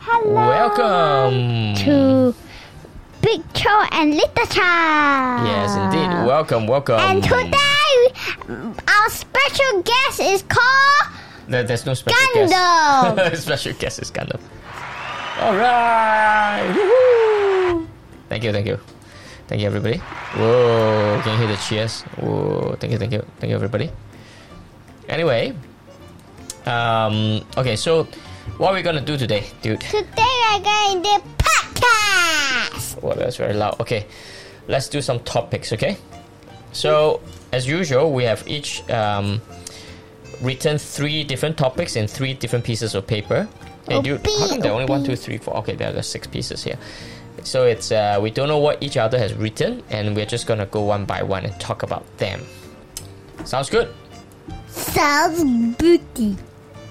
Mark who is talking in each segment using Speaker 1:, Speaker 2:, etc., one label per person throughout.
Speaker 1: Hello.
Speaker 2: Welcome.
Speaker 1: to Big Show and Little Child.
Speaker 2: Yes, indeed. Welcome, welcome.
Speaker 1: And today, our special guest is called
Speaker 2: There- there's no special
Speaker 1: Gandalf.
Speaker 2: guest. special guest is Gundam. All right. Woohoo. Thank you, thank you, thank you, everybody. Whoa, can you hear the cheers? Whoa, thank you, thank you, thank you, everybody. Anyway, um, okay, so what are we gonna do today, dude?
Speaker 1: Today, we're going to podcast.
Speaker 2: Well, that's very loud. Okay, let's do some topics. Okay, so as usual, we have each um, written three different topics in three different pieces of paper. And you, how come there are only one, two, three, four? Okay, there are just six pieces here. So it's uh, we don't know what each other has written, and we're just gonna go one by one and talk about them. Sounds good.
Speaker 1: Sounds booty.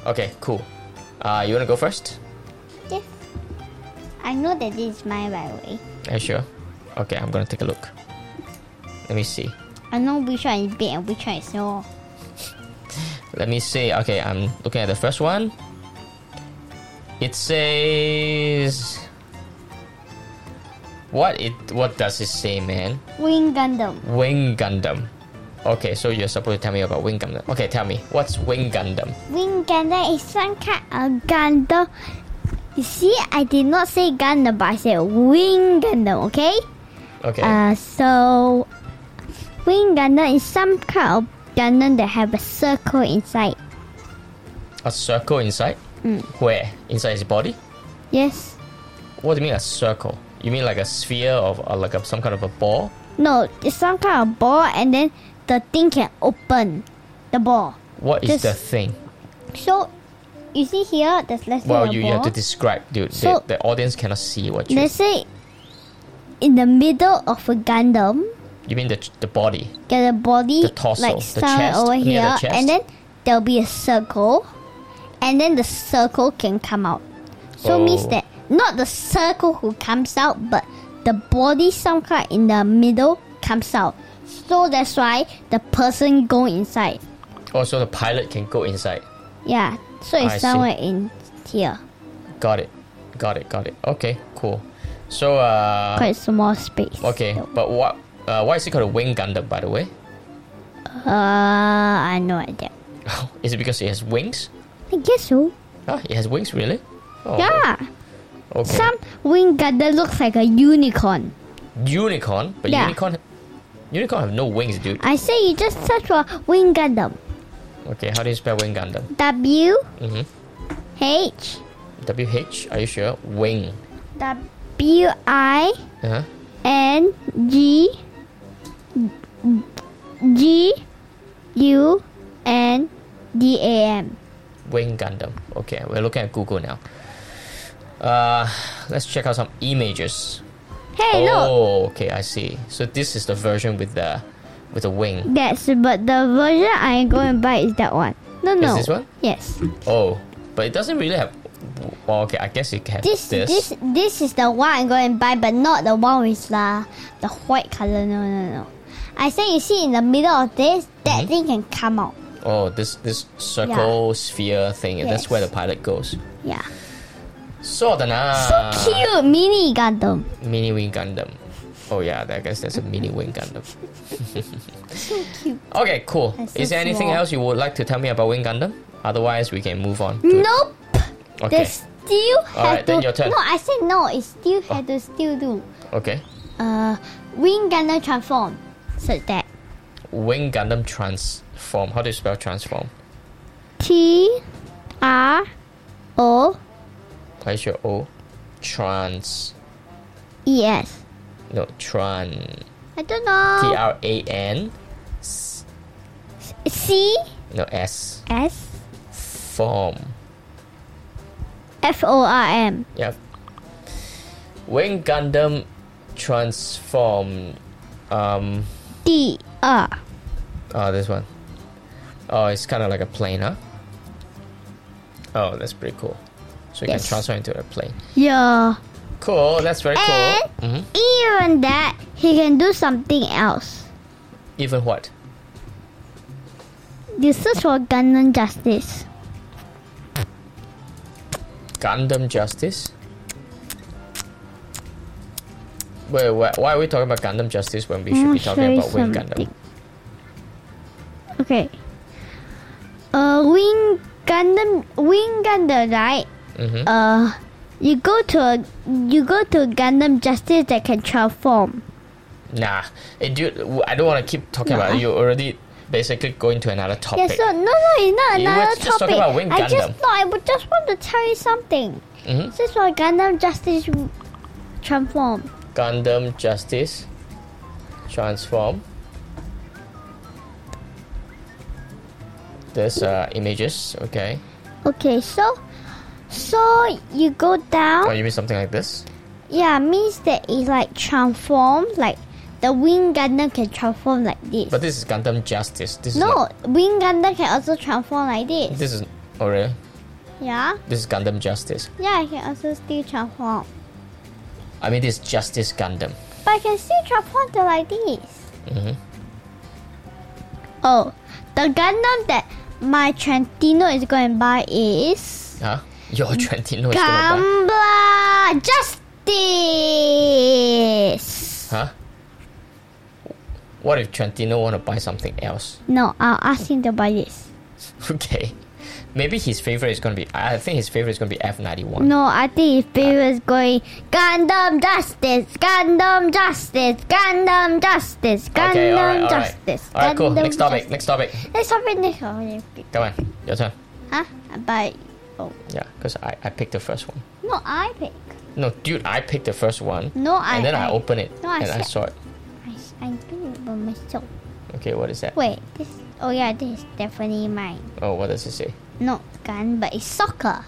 Speaker 2: Okay, cool. Uh, you wanna go first?
Speaker 1: Yes. I know that this is mine, by the way.
Speaker 2: Are you sure? Okay, I'm gonna take a look. Let me see.
Speaker 1: I know which one is big and which one is small.
Speaker 2: Let me see. Okay, I'm looking at the first one. It says what it what does it say, man?
Speaker 1: Wing Gundam.
Speaker 2: Wing Gundam. Okay, so you're supposed to tell me about Wing Gundam. Okay, tell me what's Wing Gundam?
Speaker 1: Wing Gundam is some kind of Gundam. You see, I did not say Gundam, but I said Wing Gundam, okay?
Speaker 2: Okay,
Speaker 1: Uh, so, Wing Gundam is some kind of Gundam that have a circle inside.
Speaker 2: a circle inside.
Speaker 1: mm.
Speaker 2: Where inside his body?
Speaker 1: Yes?
Speaker 2: What do you mean a circle? You mean like a sphere of or like a, some kind of a ball?
Speaker 1: No, it's some kind of ball, and then the thing can open the ball.
Speaker 2: What is
Speaker 1: Just-
Speaker 2: the thing?
Speaker 1: So, you see here, there's less
Speaker 2: Well,
Speaker 1: than a
Speaker 2: you, you
Speaker 1: ball.
Speaker 2: have to describe, dude. The-
Speaker 1: So-
Speaker 2: the, audience cannot see what you.
Speaker 1: Let's say, in the middle of a Gundam,
Speaker 2: You mean the the body?
Speaker 1: get a body
Speaker 2: The torso,
Speaker 1: like
Speaker 2: the
Speaker 1: somewhere
Speaker 2: chest,
Speaker 1: over
Speaker 2: near the
Speaker 1: here,
Speaker 2: chest.
Speaker 1: and then there'll be a circle, and then the circle can come out. So
Speaker 2: Oh.
Speaker 1: means that not the circle who comes out, but the body somewhere in the middle comes out. So that's why the person go inside.
Speaker 2: Also, Oh, the pilot can go inside.
Speaker 1: Yeah, so it's
Speaker 2: I see.
Speaker 1: somewhere in here,
Speaker 2: Got it. Got it. Got it. Okay, cool. So, uh,
Speaker 1: quite small space.
Speaker 2: okay, but what? Uh, why is it called a wing Gundam, by the way?
Speaker 1: Uh, I know idea.
Speaker 2: is it because it has wings?
Speaker 1: I guess so.
Speaker 2: Ah, it has wings, really? Oh,
Speaker 1: Yeah,
Speaker 2: Okay.
Speaker 1: some wing guy that looks like a unicorn.
Speaker 2: unicorn, but
Speaker 1: Yeah.
Speaker 2: unicorn, unicorn have no wings, dude.
Speaker 1: I say you just search for Wing Gundam.
Speaker 2: Okay, how do you spell wing Gundam?
Speaker 1: W
Speaker 2: Mhm.
Speaker 1: H
Speaker 2: W H. Are you sure? Wing.
Speaker 1: W I
Speaker 2: Uh huh.
Speaker 1: N G G U N D A M.
Speaker 2: Wing Gundam. Okay, we're looking at Google now. Uh, let's check out some images.
Speaker 1: Hey, look.
Speaker 2: oh, okay, I see. So this is the version with the with the wing.
Speaker 1: That's but the version I'm going to buy is that one. No, no.
Speaker 2: this one?
Speaker 1: Yes.
Speaker 2: Oh, but it doesn't really have. Well, okay, I guess it can. have
Speaker 1: This, this this is the one I'm going to buy, but not the one with the the white color. No, no, no. I say you see in the middle of this,
Speaker 2: Mm-hmm.
Speaker 1: that thing can come out.
Speaker 2: Oh, this this circle sphere thing. That's
Speaker 1: Yes.
Speaker 2: where the pilot goes.
Speaker 1: Yeah.
Speaker 2: So
Speaker 1: So cute, mini Gundam.
Speaker 2: Mini wing Gundam. Oh yeah, I guess that's a mini wing Gundam.
Speaker 1: So cute.
Speaker 2: Okay, cool.
Speaker 1: That's so
Speaker 2: Is there anything
Speaker 1: small.
Speaker 2: else you would like to tell me about wing Gundam? Otherwise, we can move on. to-
Speaker 1: Nope.
Speaker 2: Okay.
Speaker 1: They still have
Speaker 2: right,
Speaker 1: to.
Speaker 2: then your turn. Oh.
Speaker 1: No, I said no. It still had to still do.
Speaker 2: Okay.
Speaker 1: Uh, Wing Gundam transform. Search that.
Speaker 2: Wing Gundam transform. How do you spell transform?
Speaker 1: T R O
Speaker 2: Place your O. Trans.
Speaker 1: E S.
Speaker 2: No, Tran.
Speaker 1: I don't
Speaker 2: T
Speaker 1: know.
Speaker 2: R A N.
Speaker 1: C
Speaker 2: No, S.
Speaker 1: S
Speaker 2: Form.
Speaker 1: F O R M.
Speaker 2: Yep. Wing Gundam transform. Um.
Speaker 1: D R.
Speaker 2: Oh, this one. Oh, it's kind of like a plane, huh? Oh, that's pretty cool. So you
Speaker 1: Yes.
Speaker 2: can transform into a plane.
Speaker 1: Yeah.
Speaker 2: Hmm? Cool. That's very cool.
Speaker 1: And
Speaker 2: Mm-hmm.
Speaker 1: even that, he can do something else.
Speaker 2: Even what?
Speaker 1: You search for Gundam Justice.
Speaker 2: Gundam Justice. Wait, why, why are we talking about Gundam Justice when we should
Speaker 1: I'll
Speaker 2: be
Speaker 1: show
Speaker 2: talking
Speaker 1: you
Speaker 2: about Wing Gundam?
Speaker 1: something. Okay. Uh, Wing Gundam, Wing Gundam, right?
Speaker 2: hmm
Speaker 1: Uh, you go to a, you go to a Gundam Justice that can transform.
Speaker 2: Nah, eh, dude, w- I don't want to keep talking about it.
Speaker 1: Nah.
Speaker 2: You already basically going to another
Speaker 1: Yeah,
Speaker 2: topic.
Speaker 1: so no, no, it's not
Speaker 2: You were
Speaker 1: another
Speaker 2: just talking
Speaker 1: topic.
Speaker 2: about Wing
Speaker 1: I just
Speaker 2: Gundam.
Speaker 1: no, I would just want to tell you something.
Speaker 2: Mhm.
Speaker 1: This is why Gundam Justice transform.
Speaker 2: Gundam Justice transform. There's uh, images, okay.
Speaker 1: Okay, so so you go down.
Speaker 2: Oh, you mean something like this?
Speaker 1: Yeah, means that it like transform, like the Wing Gundam can transform like this.
Speaker 2: But this is Gundam Justice. This is
Speaker 1: no,
Speaker 2: not-
Speaker 1: Wing Gundam can also transform like this.
Speaker 2: this is oh really?
Speaker 1: Yeah,
Speaker 2: This is Gundam Justice.
Speaker 1: yeah, I can also still transform,
Speaker 2: I mean, this is Justice Gundam.
Speaker 1: but I can still transform to like this.
Speaker 2: Mhm.
Speaker 1: Oh, the Gundam that my Trentino is going to buy is
Speaker 2: Huh? Your Trentino is gonna
Speaker 1: Gambla Justice.
Speaker 2: buy. Huh? What if Trentino want to buy something else?
Speaker 1: No, I'll ask him to buy this.
Speaker 2: Okay. Maybe his favorite is gonna be. I think his favorite is gonna be F ninety one.
Speaker 1: No, I think his favorite is going Gundam Justice, Gundam Justice, Gundam Justice, Gundam
Speaker 2: Okay. All right. All right.
Speaker 1: Justice.
Speaker 2: All right. Cool.
Speaker 1: Gundam
Speaker 2: Next topic.
Speaker 1: Justice.
Speaker 2: Next topic.
Speaker 1: Next topic. Next topic.
Speaker 2: Come on. Your turn.
Speaker 1: Huh? But oh,
Speaker 2: Yeah, because I, I picked the first one.
Speaker 1: no, I pick.
Speaker 2: No, dude, I picked the first one.
Speaker 1: No, I.
Speaker 2: and then I, opened it
Speaker 1: No, I
Speaker 2: and I
Speaker 1: said-
Speaker 2: saw it.
Speaker 1: I, I do it by myself.
Speaker 2: Okay, what is that?
Speaker 1: Wait, this. Oh yeah, this is definitely mine.
Speaker 2: Oh, what does it say?
Speaker 1: Not gun, but it's soccer.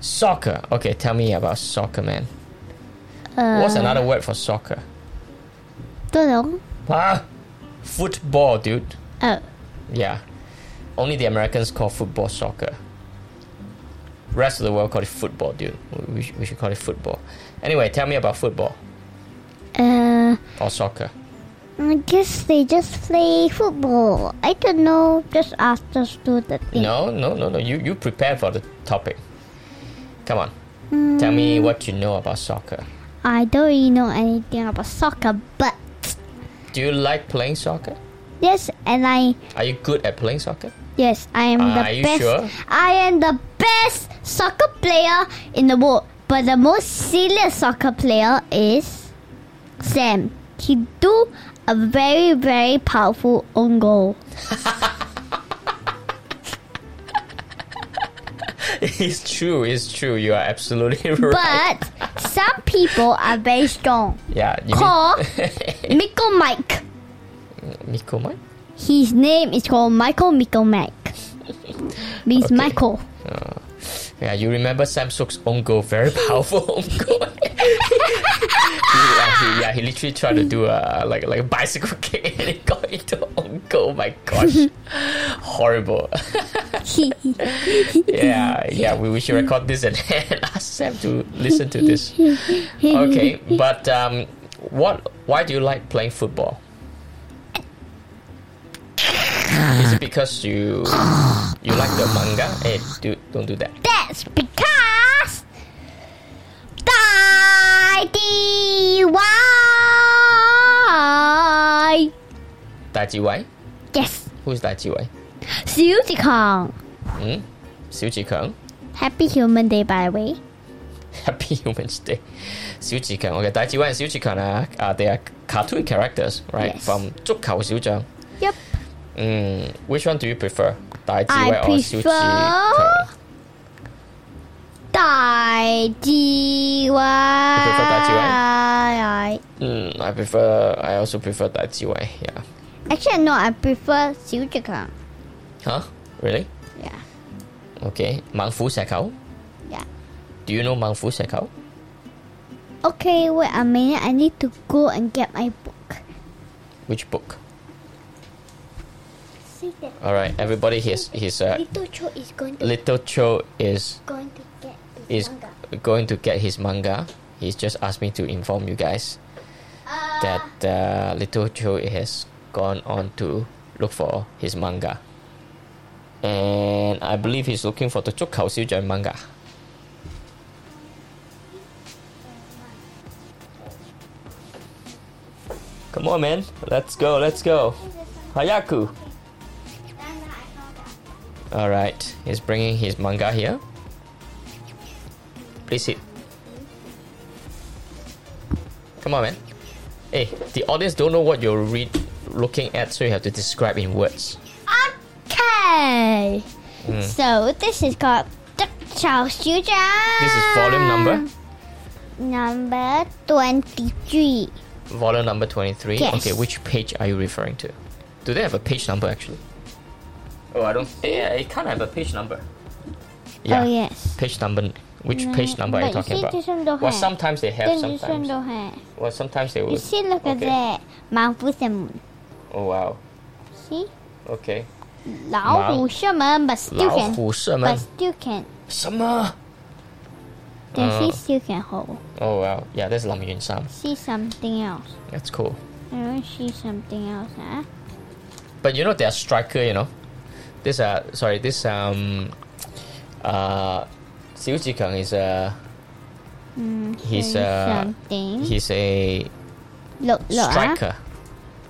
Speaker 2: Soccer. Okay, tell me about soccer, man.
Speaker 1: Uh,
Speaker 2: What's another word for soccer?
Speaker 1: Don't know.
Speaker 2: Ah, football, dude.
Speaker 1: Oh,
Speaker 2: Yeah, only the Americans call football soccer. Rest of the world call it football, dude. We- We, should- we should call it football. Anyway, tell me about football
Speaker 1: uh.
Speaker 2: or soccer.
Speaker 1: I guess they just play football. I don't know. Just ask us to the thing.
Speaker 2: No, no, no, no. You you prepare for the topic. Come on, tell
Speaker 1: Mm.
Speaker 2: me what you know about soccer.
Speaker 1: I don't really know anything about soccer, but
Speaker 2: Do you like playing soccer?
Speaker 1: yes, and I
Speaker 2: Are you good at playing soccer?
Speaker 1: yes, I am
Speaker 2: Ah, Are
Speaker 1: the
Speaker 2: you
Speaker 1: best.
Speaker 2: sure?
Speaker 1: I am the best soccer player in the world. But the most serious soccer player is Sam. He do a very very powerful own goal.
Speaker 2: it's true. It's true. You are absolutely right.
Speaker 1: But some people are very strong.
Speaker 2: yeah. You
Speaker 1: Call Michael Mike.
Speaker 2: mean, Miko Mike?
Speaker 1: His name is called Michael Michael Mike. Means
Speaker 2: Okay.
Speaker 1: Michael.
Speaker 2: Uh, yeah, you remember Sam Sook's own goal, very powerful own goal. he, uh, he- yeah, he literally tried to do a like like a bicycle kick and it got into own goal. My gosh, horrible. yeah, yeah. We, we should record this and, and ask Sam to listen to this. Okay, but um, what? Why do you like playing football? Is it because you you like the manga? Hey, do, don't do that.
Speaker 1: That's because Daddy why?
Speaker 2: Daiji Wai?
Speaker 1: Yes.
Speaker 2: Who's Daiji Wai?
Speaker 1: Suzy Kong.
Speaker 2: Hmm? Xiu Jikang?
Speaker 1: Happy Human Day by the way.
Speaker 2: Happy Humans Day. Xiu Jikang. Okay, Daiji Wai and Xiu Jikang are, are they are cartoon characters, right?
Speaker 1: Yes.
Speaker 2: From Zhukao Xiu Zhang.
Speaker 1: Yep.
Speaker 2: Mm, which one do you prefer? Daiji
Speaker 1: I
Speaker 2: Wai or Xiu Jikang?
Speaker 1: prefer- Daddy
Speaker 2: prefer Daddy
Speaker 1: why?
Speaker 2: Mm, I prefer, I also prefer Daiji Wai, yeah.
Speaker 1: Actually no, I prefer Suzy Kong.
Speaker 2: Huh? Really?
Speaker 1: Yeah.
Speaker 2: Okay. Mang Fu Sekao?
Speaker 1: Yeah.
Speaker 2: Do you know Mang Fu Sekao?
Speaker 1: Okay, wait a minute. I need to go and get my book.
Speaker 2: Which book?
Speaker 1: See that
Speaker 2: Alright, everybody, his, his uh,
Speaker 1: little Cho is going to
Speaker 2: little Cho is
Speaker 1: going to get the
Speaker 2: is
Speaker 1: manga.
Speaker 2: going to get his manga. He's just asked me to inform you guys
Speaker 1: Uh,
Speaker 2: that uh, Little Joe has gone on to look for his manga. And I believe he's looking for the Zhukkao Xiujian manga. Come on, man. Let's go. Let's go. Hayaku. All right. He's bringing his manga here. Please hit. Come on, man. Hey, the audience don't know what you're read looking at, so you have to describe in words.
Speaker 1: Okay.
Speaker 2: Hmm.
Speaker 1: So this is called the Charles Student.
Speaker 2: This is volume number.
Speaker 1: Number 23.
Speaker 2: Volume number 23.
Speaker 1: Yes.
Speaker 2: Okay, which page are you referring to? Do they have a page number actually? Oh, I don't. Yeah, it can't have a page number. Yeah.
Speaker 1: Oh, yes.
Speaker 2: Page number. Which
Speaker 1: No,
Speaker 2: page number are you
Speaker 1: but you
Speaker 2: talking
Speaker 1: see
Speaker 2: about?
Speaker 1: this one don't
Speaker 2: well,
Speaker 1: have.
Speaker 2: sometimes they have.
Speaker 1: This is one
Speaker 2: Sometimes.
Speaker 1: don't have.
Speaker 2: Well, sometimes they will.
Speaker 1: You see, look at
Speaker 2: Okay.
Speaker 1: that. Mount with the moon.
Speaker 2: Oh wow.
Speaker 1: See?
Speaker 2: Okay.
Speaker 1: 老虎射门, but still can.
Speaker 2: 老虎射门。
Speaker 1: But still can.
Speaker 2: Summer.
Speaker 1: Then
Speaker 2: Uh.
Speaker 1: she still can hold.
Speaker 2: Oh wow. Yeah, that's Lam Yun Sam.
Speaker 1: See something else.
Speaker 2: That's cool.
Speaker 1: I don't see something else, huh?
Speaker 2: But you know they're striker, you know. This uh sorry, this um uh Xiu Jikang is uh
Speaker 1: Mm,
Speaker 2: He's,
Speaker 1: there is
Speaker 2: uh,
Speaker 1: something.
Speaker 2: he's a
Speaker 1: look, ah. look, huh?
Speaker 2: striker.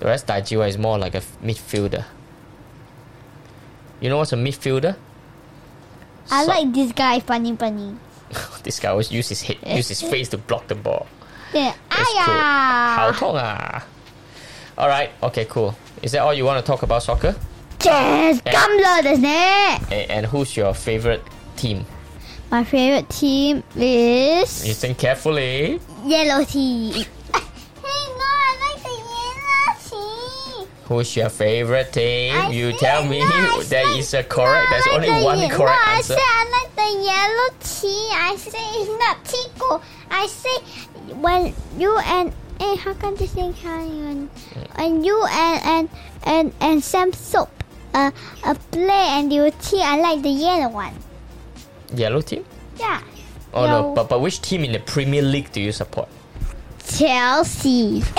Speaker 2: The rest Dai Jiwa is more like a f- midfielder. You know what's a midfielder?
Speaker 1: I
Speaker 2: So-
Speaker 1: like this guy, funny, funny.
Speaker 2: this guy always use his head, use his face to block the ball.
Speaker 1: Then,
Speaker 2: That's cool. How
Speaker 1: aya!
Speaker 2: tong ah. All right. Okay. Cool. Is that all you want to talk about soccer?
Speaker 1: Yes,
Speaker 2: Yeah.
Speaker 1: come on, isn't it?
Speaker 2: A- and who's your favorite team?
Speaker 1: My favorite team
Speaker 2: You
Speaker 1: is
Speaker 2: think carefully.
Speaker 1: yellow team. hey, no, I like the yellow team.
Speaker 2: Who's your favorite team?
Speaker 1: I
Speaker 2: you
Speaker 1: said
Speaker 2: tell me
Speaker 1: no, I
Speaker 2: there
Speaker 1: said
Speaker 2: is a correct. There's
Speaker 1: I
Speaker 2: only
Speaker 1: like
Speaker 2: one
Speaker 1: the,
Speaker 2: correct
Speaker 1: no,
Speaker 2: answer.
Speaker 1: I say I like the yellow tea. I say it's not Tico. I say when you and hey, how come this thing can and you and and and and Sam soap uh, uh play and your tea. I like the yellow one.
Speaker 2: Yellow team?
Speaker 1: Yeah.
Speaker 2: Oh no.
Speaker 1: Yellow.
Speaker 2: But but which team in the Premier League do you support?
Speaker 1: Chelsea.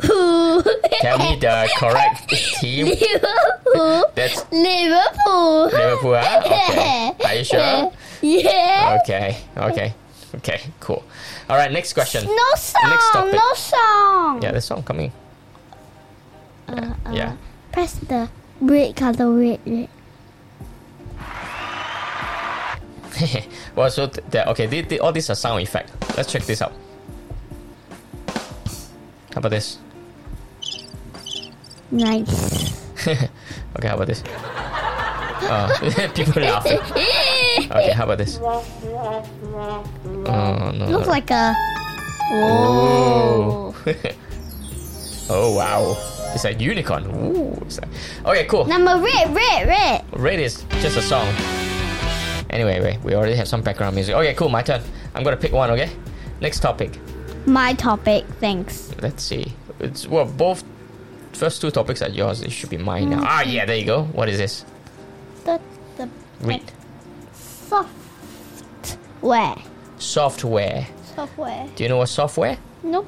Speaker 2: Tell me the correct team.
Speaker 1: Liverpool.
Speaker 2: That's
Speaker 1: Liverpool.
Speaker 2: Liverpool. ah? Okay. Are you sure?
Speaker 1: Yeah.
Speaker 2: Okay. Okay. Okay. Cool. All right. Next question.
Speaker 1: No song.
Speaker 2: Next topic.
Speaker 1: No song.
Speaker 2: Yeah, there's song coming.
Speaker 1: Uh, uh,
Speaker 2: Yeah.
Speaker 1: Press the red color. Red. red.
Speaker 2: well, so th- that- okay, the, the, all these are sound effect. Let's check this out. How about this?
Speaker 1: Nice.
Speaker 2: Okay, how about this? Oh, people laughing. Okay, how about this? Oh no.
Speaker 1: Looks like a.
Speaker 2: Oh.
Speaker 1: Whoa.
Speaker 2: oh wow, it's a unicorn. Ooh, it's like- okay, cool.
Speaker 1: Number red, red, red.
Speaker 2: Red is just a song. Anyway, wait, we already have some background music. Okay, cool. My turn. I'm gonna pick one. Okay. Next topic.
Speaker 1: My topic. Thanks.
Speaker 2: Let's see. It's well, both first two topics are yours. It should be mine now. Ah, yeah, there you go. What is this?
Speaker 1: The, the
Speaker 2: Read
Speaker 1: software.
Speaker 2: software.
Speaker 1: Software.
Speaker 2: Do you know what software?
Speaker 1: Nope.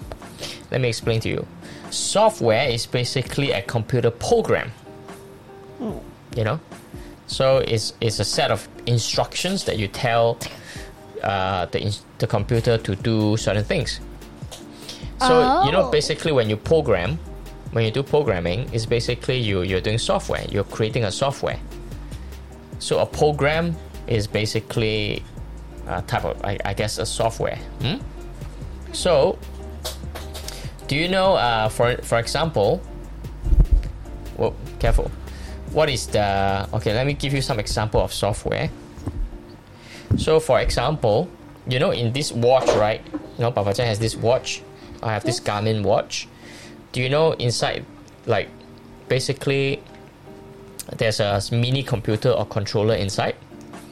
Speaker 2: Let me explain to you. Software is basically a computer program. You know, so it's it's a set of instructions that you tell uh, the ins- the computer to do certain things. So you know,
Speaker 1: Oh.
Speaker 2: basically, when you program, when you do programming, it's basically you you're doing software. You're creating a software. So a program is basically a type of, I, I guess, a software. Hmm? So, do you know, uh, for for example, well, careful. What is the okay? Let me give you some example of software. So, for example, you know, in this watch, right? You know, Papa Chan has this watch. I have this Garmin watch. Do you know inside, like, basically, there's a mini computer or controller inside?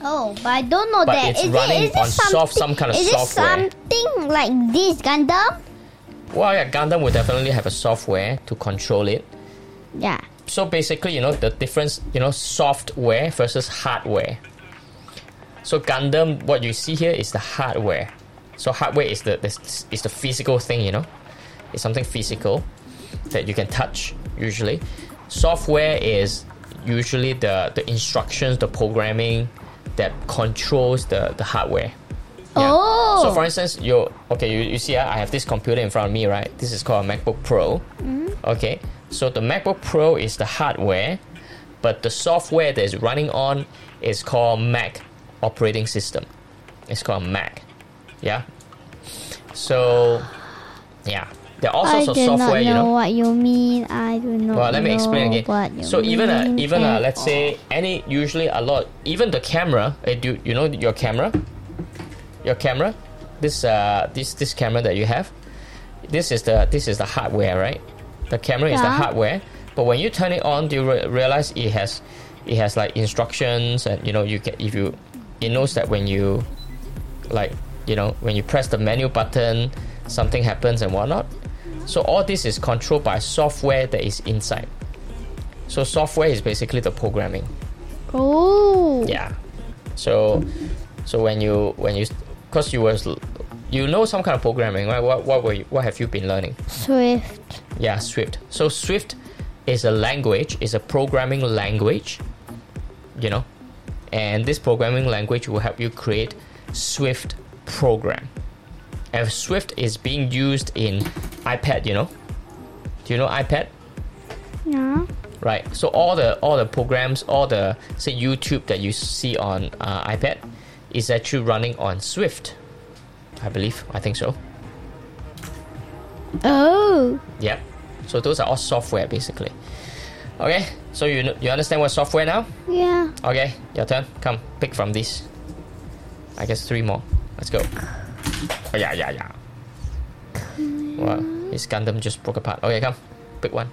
Speaker 1: Oh, but I don't know
Speaker 2: But
Speaker 1: that.
Speaker 2: it's
Speaker 1: Is it, is
Speaker 2: running
Speaker 1: it
Speaker 2: on
Speaker 1: something,
Speaker 2: soft- some kind of
Speaker 1: is it
Speaker 2: software.
Speaker 1: something like this, Gundam?
Speaker 2: Well, yeah, Gundam will definitely have a software to control it.
Speaker 1: Yeah.
Speaker 2: so basically, you know, the difference, you know, software versus hardware. So Gundam, what you see here is the hardware. So hardware is the is, is the physical thing, you know, it's something physical that you can touch usually. Software is usually the the instructions, the programming that controls the the hardware. Yeah.
Speaker 1: Oh.
Speaker 2: So for instance, you okay, you, you see uh, I have this computer in front of me, right? This is called a MacBook Pro.
Speaker 1: Mm-hmm.
Speaker 2: Okay. So the MacBook Pro is the hardware, but the software that is running on is called Mac operating system. It's called Mac. Yeah. So yeah. There are all
Speaker 1: I
Speaker 2: sorts of
Speaker 1: do not
Speaker 2: software,
Speaker 1: know,
Speaker 2: you know.
Speaker 1: what you mean. I do not.
Speaker 2: Well, let me
Speaker 1: know
Speaker 2: explain
Speaker 1: What you
Speaker 2: again. So even a
Speaker 1: mean
Speaker 2: even a
Speaker 1: at
Speaker 2: let's say any usually a lot even the camera. Uh, do you know your camera? Your camera, this uh this this camera that you have, this is the this is the hardware, right? The camera is the
Speaker 1: Yeah.
Speaker 2: hardware. But when you turn it on, do you re- realize it has it has like instructions and you know you can if you it knows that when you like you know when you press the menu button something happens and whatnot so all this is controlled by software that is inside so software is basically the programming
Speaker 1: Oh.
Speaker 2: yeah so so when you when you because you was you know some kind of programming right what what were you, what have you been learning
Speaker 1: Swift.
Speaker 2: yeah, Swift. So Swift is a language, is a programming language, you know, and this programming language will help you create Swift program. And Swift is being used in iPad, you know. Do you know iPad?
Speaker 1: Yeah.
Speaker 2: right? So all the all the programs, all the say YouTube that you see on uh, iPad, is actually running on Swift, I believe. I think so.
Speaker 1: Oh.
Speaker 2: Yep. So those are all software basically. Okay. So you kn- you understand what software now?
Speaker 1: Yeah.
Speaker 2: Okay. Your turn. Come pick from this. I guess three more. Let's go. Oh, yeah yeah yeah. Wow. His Gundam just broke apart. Okay, come. Pick one.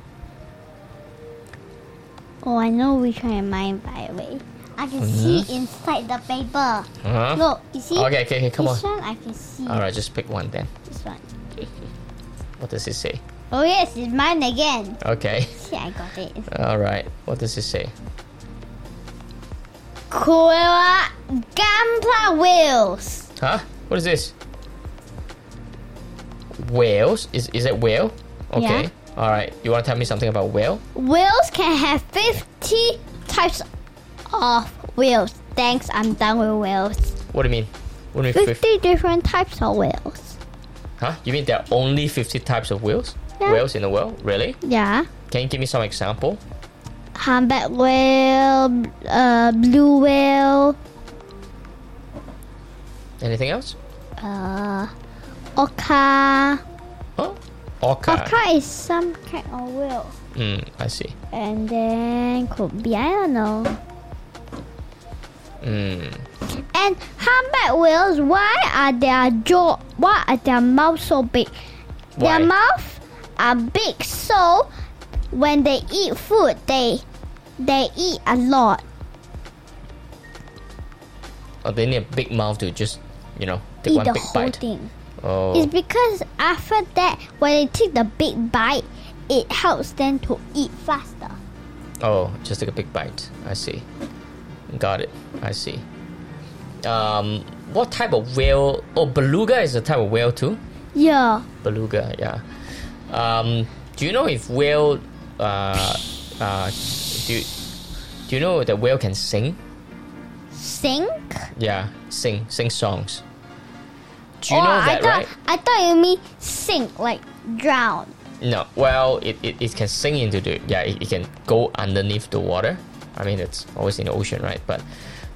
Speaker 1: Oh, I know which one am mine by the way. I can see inside the paper.
Speaker 2: Uh-huh.
Speaker 1: Look, you see?
Speaker 2: Mm-hmm. Okay, okay, okay. Come on.
Speaker 1: this one I can see.
Speaker 2: All right, just pick one then.
Speaker 1: This one.
Speaker 2: What does it say?
Speaker 1: Oh yes, it's mine again.
Speaker 2: Okay.
Speaker 1: See, I got it.
Speaker 2: All right. What does it say?
Speaker 1: Cora Gampla wheels.
Speaker 2: Huh? What is this? Whales? Is is it whale? Okay. All right. You want to tell me something about whale?
Speaker 1: Wheels can have 50 types of wheels. Thanks, I'm done with wheels.
Speaker 2: What do you mean? What do you mean? 50?
Speaker 1: 50 different types of wheels.
Speaker 2: Huh? You mean there are only 50 types of whales?
Speaker 1: Yeah.
Speaker 2: Whales in the world? Really?
Speaker 1: Yeah.
Speaker 2: Can you give me some example?
Speaker 1: Humpback whale, uh, blue whale,
Speaker 2: Anything else?
Speaker 1: uh, orca.
Speaker 2: Huh? Orca.
Speaker 1: Orca is some kind of whale.
Speaker 2: Hmm. I see.
Speaker 1: And then could be, I don't know.
Speaker 2: Hmm.
Speaker 1: And humpback whales, why are their jaw, why are their mouth so big?
Speaker 2: Why?
Speaker 1: Their mouth are big, so when they eat food, they they eat a lot.
Speaker 2: Oh, they need a big mouth to just, you know, take
Speaker 1: eat
Speaker 2: one
Speaker 1: the
Speaker 2: big
Speaker 1: whole
Speaker 2: bite.
Speaker 1: thing.
Speaker 2: Oh.
Speaker 1: It's because after that, when they take the big bite, it helps them to eat faster.
Speaker 2: Oh, just take a big bite. I see. Got it. I see. Um, what type of whale? Oh, beluga is a type of whale too.
Speaker 1: Yeah.
Speaker 2: Beluga, yeah. Um, do you know if whale? Uh, uh, do you, do you know that whale can sing?
Speaker 1: Sink?
Speaker 2: Yeah, sing sing songs. Do you
Speaker 1: or
Speaker 2: know
Speaker 1: Oh, I
Speaker 2: that,
Speaker 1: thought
Speaker 2: right?
Speaker 1: I thought you mean sink, like drown.
Speaker 2: No. Well, it, it, it can sink into the yeah. It, it can go underneath the water. I mean, it's always in the ocean, right? But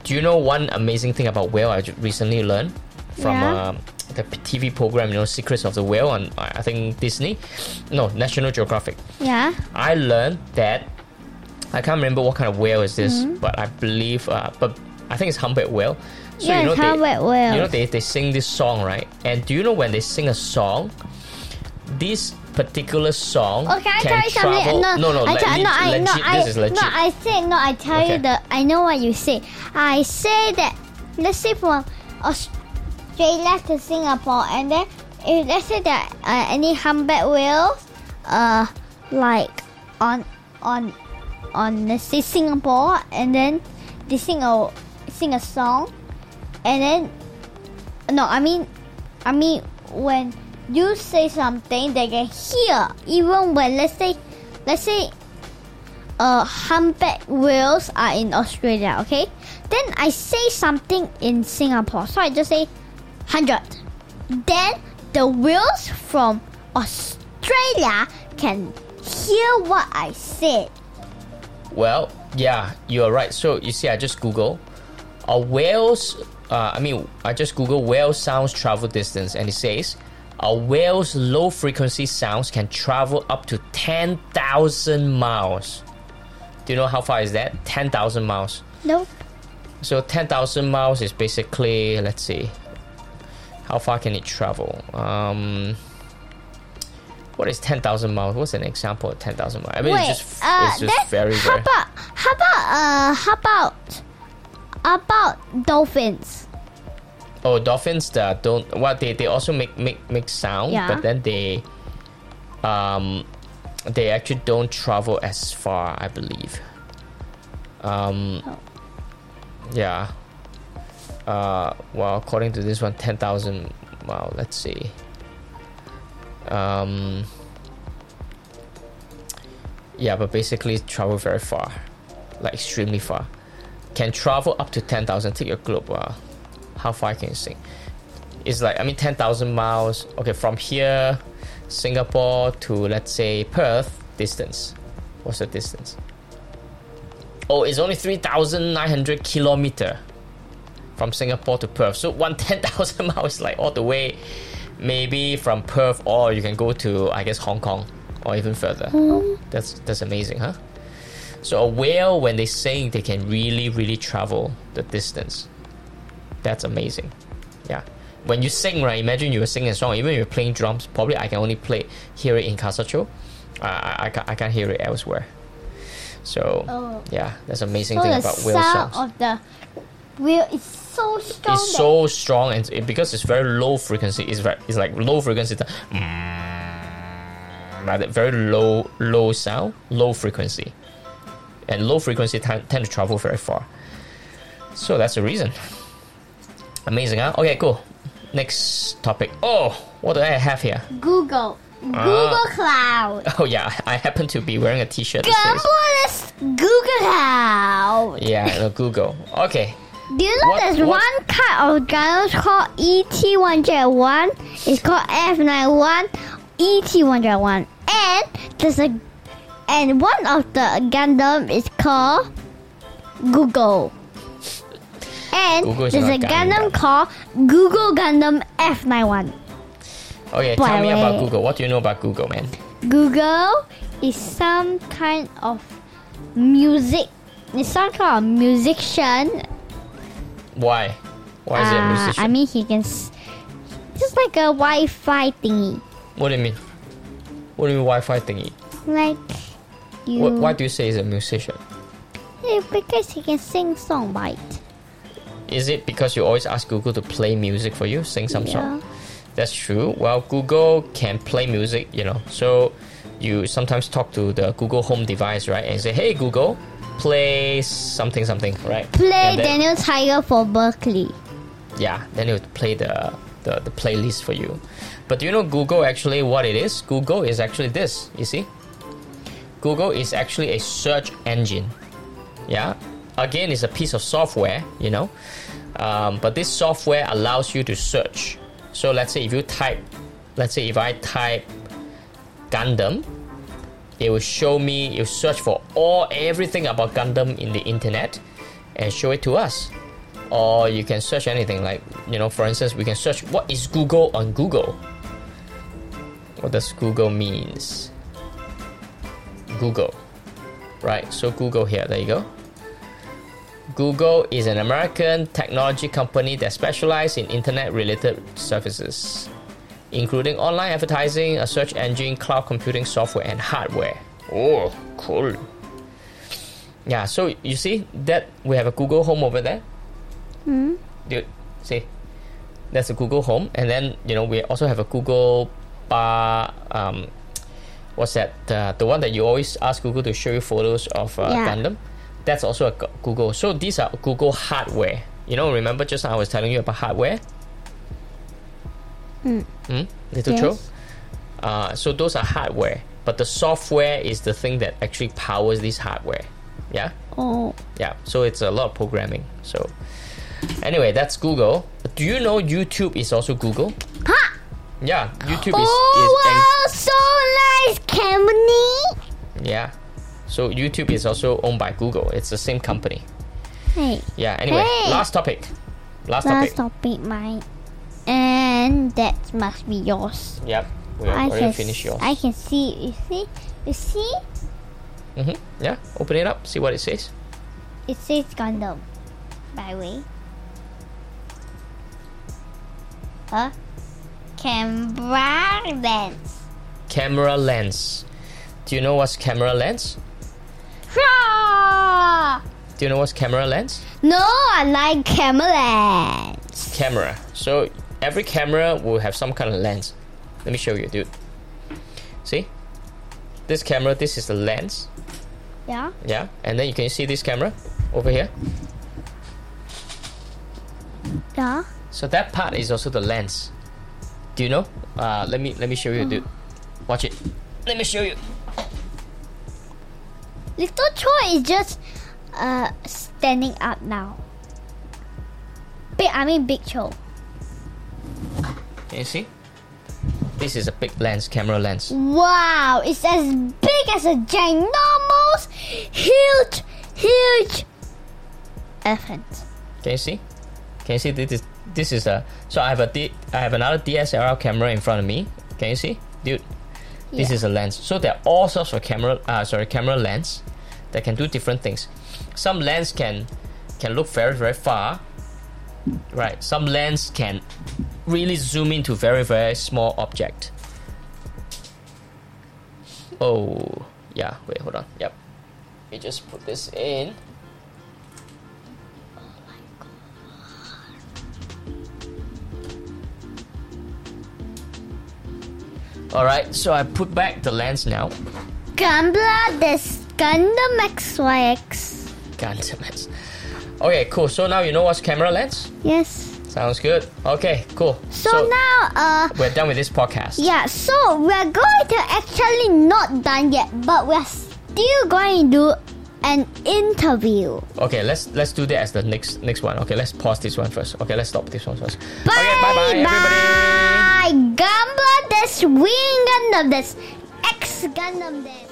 Speaker 2: do you know one amazing thing about whale I ju- recently learned from
Speaker 1: Yeah.
Speaker 2: um, the p- TV program, you know, Secrets of the Whale on I I think Disney, no National Geographic.
Speaker 1: Yeah.
Speaker 2: I learned that I can't remember what kind of whale is this,
Speaker 1: Mm-hmm.
Speaker 2: but I believe, uh, but I think it's humpback whale. So
Speaker 1: Yeah,
Speaker 2: you know
Speaker 1: it's
Speaker 2: they,
Speaker 1: humpback whale.
Speaker 2: You know they, they sing this song, right? And do you know when they sing a song, this particular song
Speaker 1: Okay, Oh, I
Speaker 2: can
Speaker 1: tell you
Speaker 2: travel?
Speaker 1: something. No,
Speaker 2: no, no,
Speaker 1: I tell,
Speaker 2: legit,
Speaker 1: no, I, no,
Speaker 2: legit,
Speaker 1: I,
Speaker 2: this is legit.
Speaker 1: no, I say no. I tell you
Speaker 2: Okay.
Speaker 1: the. I know what you say. I say that. Let's say from Australia to Singapore, and then if let's say that uh, any humpback whales, uh, like on on on let's say Singapore, and then they sing a sing a song, and then no, I mean, I mean when you say something, they can hear. Even when let's say, let's say, uh, humpback whales are in Australia. Okay, then I say something in Singapore. So I just say 100. Then the whales from Australia can hear what I said.
Speaker 2: Well, yeah, you are right. So you see, I just Google a whale's. Uh, I mean, I just Google whale sounds travel distance, and it says a whale's low frequency sounds can travel up to ten thousand miles. Do you know how far is that? Ten thousand miles.
Speaker 1: Nope.
Speaker 2: So ten thousand miles is basically, let's see, how far can it travel? Um, what is ten thousand miles? What's an example of ten thousand miles? I mean,
Speaker 1: Wait,
Speaker 2: it's just,
Speaker 1: uh,
Speaker 2: it's
Speaker 1: that's-
Speaker 2: just very,
Speaker 1: how
Speaker 2: very.
Speaker 1: about how about uh how about about dolphins?
Speaker 2: Oh, dolphins that don't well they, they also make make make sound,
Speaker 1: Yeah.
Speaker 2: but then they um they actually don't travel as far, I believe. Um
Speaker 1: Oh.
Speaker 2: yeah. Uh well according to this one ten thousand wow, let's see. Um yeah, but basically travel very far. Like extremely far. Can travel up to ten thousand. Take your globe uh, how far can you sing? It's like I mean ten thousand miles. Okay, from here, Singapore to let's say Perth distance. What's the distance? Oh, it's only three thousand nine hundred kilometer from Singapore to Perth. So one ten thousand miles, like all the way, maybe from Perth, or you can go to I guess Hong Kong, or even further.
Speaker 1: Mm-hmm.
Speaker 2: That's that's amazing, huh? So a whale, when they sing, they can really, really travel the distance. That's amazing. Yeah. When you sing, right? Imagine you were singing a song. Even if you're playing drums, probably I can only play hear it in Kasacho. Uh, I I can't, I can't hear it elsewhere. So
Speaker 1: Oh.
Speaker 2: yeah, that's amazing
Speaker 1: So
Speaker 2: thing
Speaker 1: the
Speaker 2: about whale
Speaker 1: sound
Speaker 2: songs.
Speaker 1: of the wheel is so strong.
Speaker 2: it's so strong and it, because it's very low frequency. It's very it's like low frequency. it's Like like that very low low sound, low frequency, and low frequency tend, tend to travel very far. So that's the reason. Amazing, huh? Okay, cool. Next topic. Oh, what do I have here?
Speaker 1: that Google.
Speaker 2: Ah.
Speaker 1: Google Cloud.
Speaker 2: Oh yeah, I happen to be wearing a T-shirt that
Speaker 1: Come
Speaker 2: says
Speaker 1: on, let's Google Cloud.
Speaker 2: yeah, no, Google. Okay,
Speaker 1: Do you know
Speaker 2: What-
Speaker 1: there's
Speaker 2: what-
Speaker 1: one kind of gyros called E ET101? It's called F91, E ET101. And there's a and one of the Gundam is called Google. And
Speaker 2: Google is
Speaker 1: there's a
Speaker 2: not
Speaker 1: Gundam
Speaker 2: Gundam.
Speaker 1: called Google Gundam F91.
Speaker 2: okay.
Speaker 1: By
Speaker 2: tell me
Speaker 1: the
Speaker 2: about
Speaker 1: way-
Speaker 2: Google. What do you know about Google, man?
Speaker 1: Google is some kind of music. It's some kind of musician.
Speaker 2: Why? Why is it a
Speaker 1: Uh,
Speaker 2: musician?
Speaker 1: I mean, he can. S- just like a Wi-Fi thingy.
Speaker 2: What do you mean? What do you mean Wi-Fi thingy?
Speaker 1: Like you.
Speaker 2: Wh- why do you say he's a musician?
Speaker 1: Yeah, because he can sing song, right?
Speaker 2: Is it because you always ask Google to play music for you, sing some song?
Speaker 1: Yeah.
Speaker 2: That's true. Well, Google can play music, you know. So you sometimes talk to the Google Home device, right, and say, "Hey Google, play something, something," right?
Speaker 1: Play
Speaker 2: And then-
Speaker 1: Daniel Tiger for Berkeley.
Speaker 2: yeah, then it would play the, the, the playlist for you. But do you know Google actually what it is? Google is actually this, you see? Google is actually a search engine. Yeah. Again, it's a piece of software, you know. Um, but this software allows you to search. So let's say if you type, let's say if I type Gundam, it will show me, you search for all everything about Gundam in the internet and show it to us or you can search anything like you know for instance we can search what is google on google what does google means google right so google here there you go google is an american technology company that specializes in internet related services including online advertising a search engine cloud computing software and hardware oh cool yeah so you see that we have a google home over there you see that's a google home and then you know we also have a google bar um what's that uh, the one that you always ask google to show you photos of uh,
Speaker 1: Yeah.
Speaker 2: gundam that's also a Gu- google so these are google hardware you know remember just now i was telling you about hardware Hmm? little
Speaker 1: Yes.
Speaker 2: Joe? Uh, so those are hardware but the software is the thing that actually powers this hardware yeah
Speaker 1: Oh,
Speaker 2: yeah so it's a lot of programming so anyway that's google do you know YouTube is also Google?
Speaker 1: Huh?
Speaker 2: Yeah, YouTube is, is
Speaker 1: Oh, wow, so nice, Camony.
Speaker 2: en- yeah. So YouTube is also owned by Google. It's the same company.
Speaker 1: Hey,
Speaker 2: Yeah. Anyway,
Speaker 1: Hey.
Speaker 2: last topic. Last
Speaker 1: last
Speaker 2: topic.
Speaker 1: topic, mine. And that must be yours.
Speaker 2: yep. We have
Speaker 1: I
Speaker 2: already
Speaker 1: can,
Speaker 2: finished yours.
Speaker 1: I can see, you see, you see,
Speaker 2: hmm Yeah. Open it up. See what it says.
Speaker 1: it says Gundam, by the way. Huh? Canberra lens.
Speaker 2: Camera lens. Do you know what's camera lens?
Speaker 1: Hurrah!
Speaker 2: Do you know what's camera lens?
Speaker 1: No, I like camera lens.
Speaker 2: camera. So every camera will have some kind of lens. Let me show you, dude. See? This camera, this is the lens.
Speaker 1: Yeah?
Speaker 2: Yeah. And then you can see this camera over here.
Speaker 1: Yeah?
Speaker 2: So that part is also the lens. Do you know? Uh, let me let me show you, dude. Watch it. Let me show you.
Speaker 1: Little Choi is just uh, standing up now. Big, I mean Big Cho.
Speaker 2: Can you see? This is a big lens, camera lens.
Speaker 1: Wow, it's as big as a ginormous, huge, huge elephant.
Speaker 2: Can you see? Can you see this is this is a so I have a D, I have another DSLR camera in front of me. Can you see? Dude. This
Speaker 1: Yeah.
Speaker 2: is a lens. So there are all sorts of camera uh, sorry, camera lens that can do different things. Some lens can can look very very far. Right. Some lens can really zoom into very very small object. Oh, yeah. Wait, hold on. Yep. Let me just put this in. All right, so I put back the lens now.
Speaker 1: Gambler, this Gundam XYX.
Speaker 2: Gundam lens. Okay, cool. So now you know what's camera lens.
Speaker 1: Yes.
Speaker 2: Sounds good. Okay, cool.
Speaker 1: So, now, uh,
Speaker 2: we're done with this podcast.
Speaker 1: yeah, so we're going to actually not done yet, but we're still going to do an interview.
Speaker 2: Okay, let's let's do that as the next next one. Okay, let's pause this one first. Okay, let's stop this one first.
Speaker 1: Bye,
Speaker 2: okay, bye bye everybody.
Speaker 1: bye. Gundam this, Wing Gundam this, X Gundam this.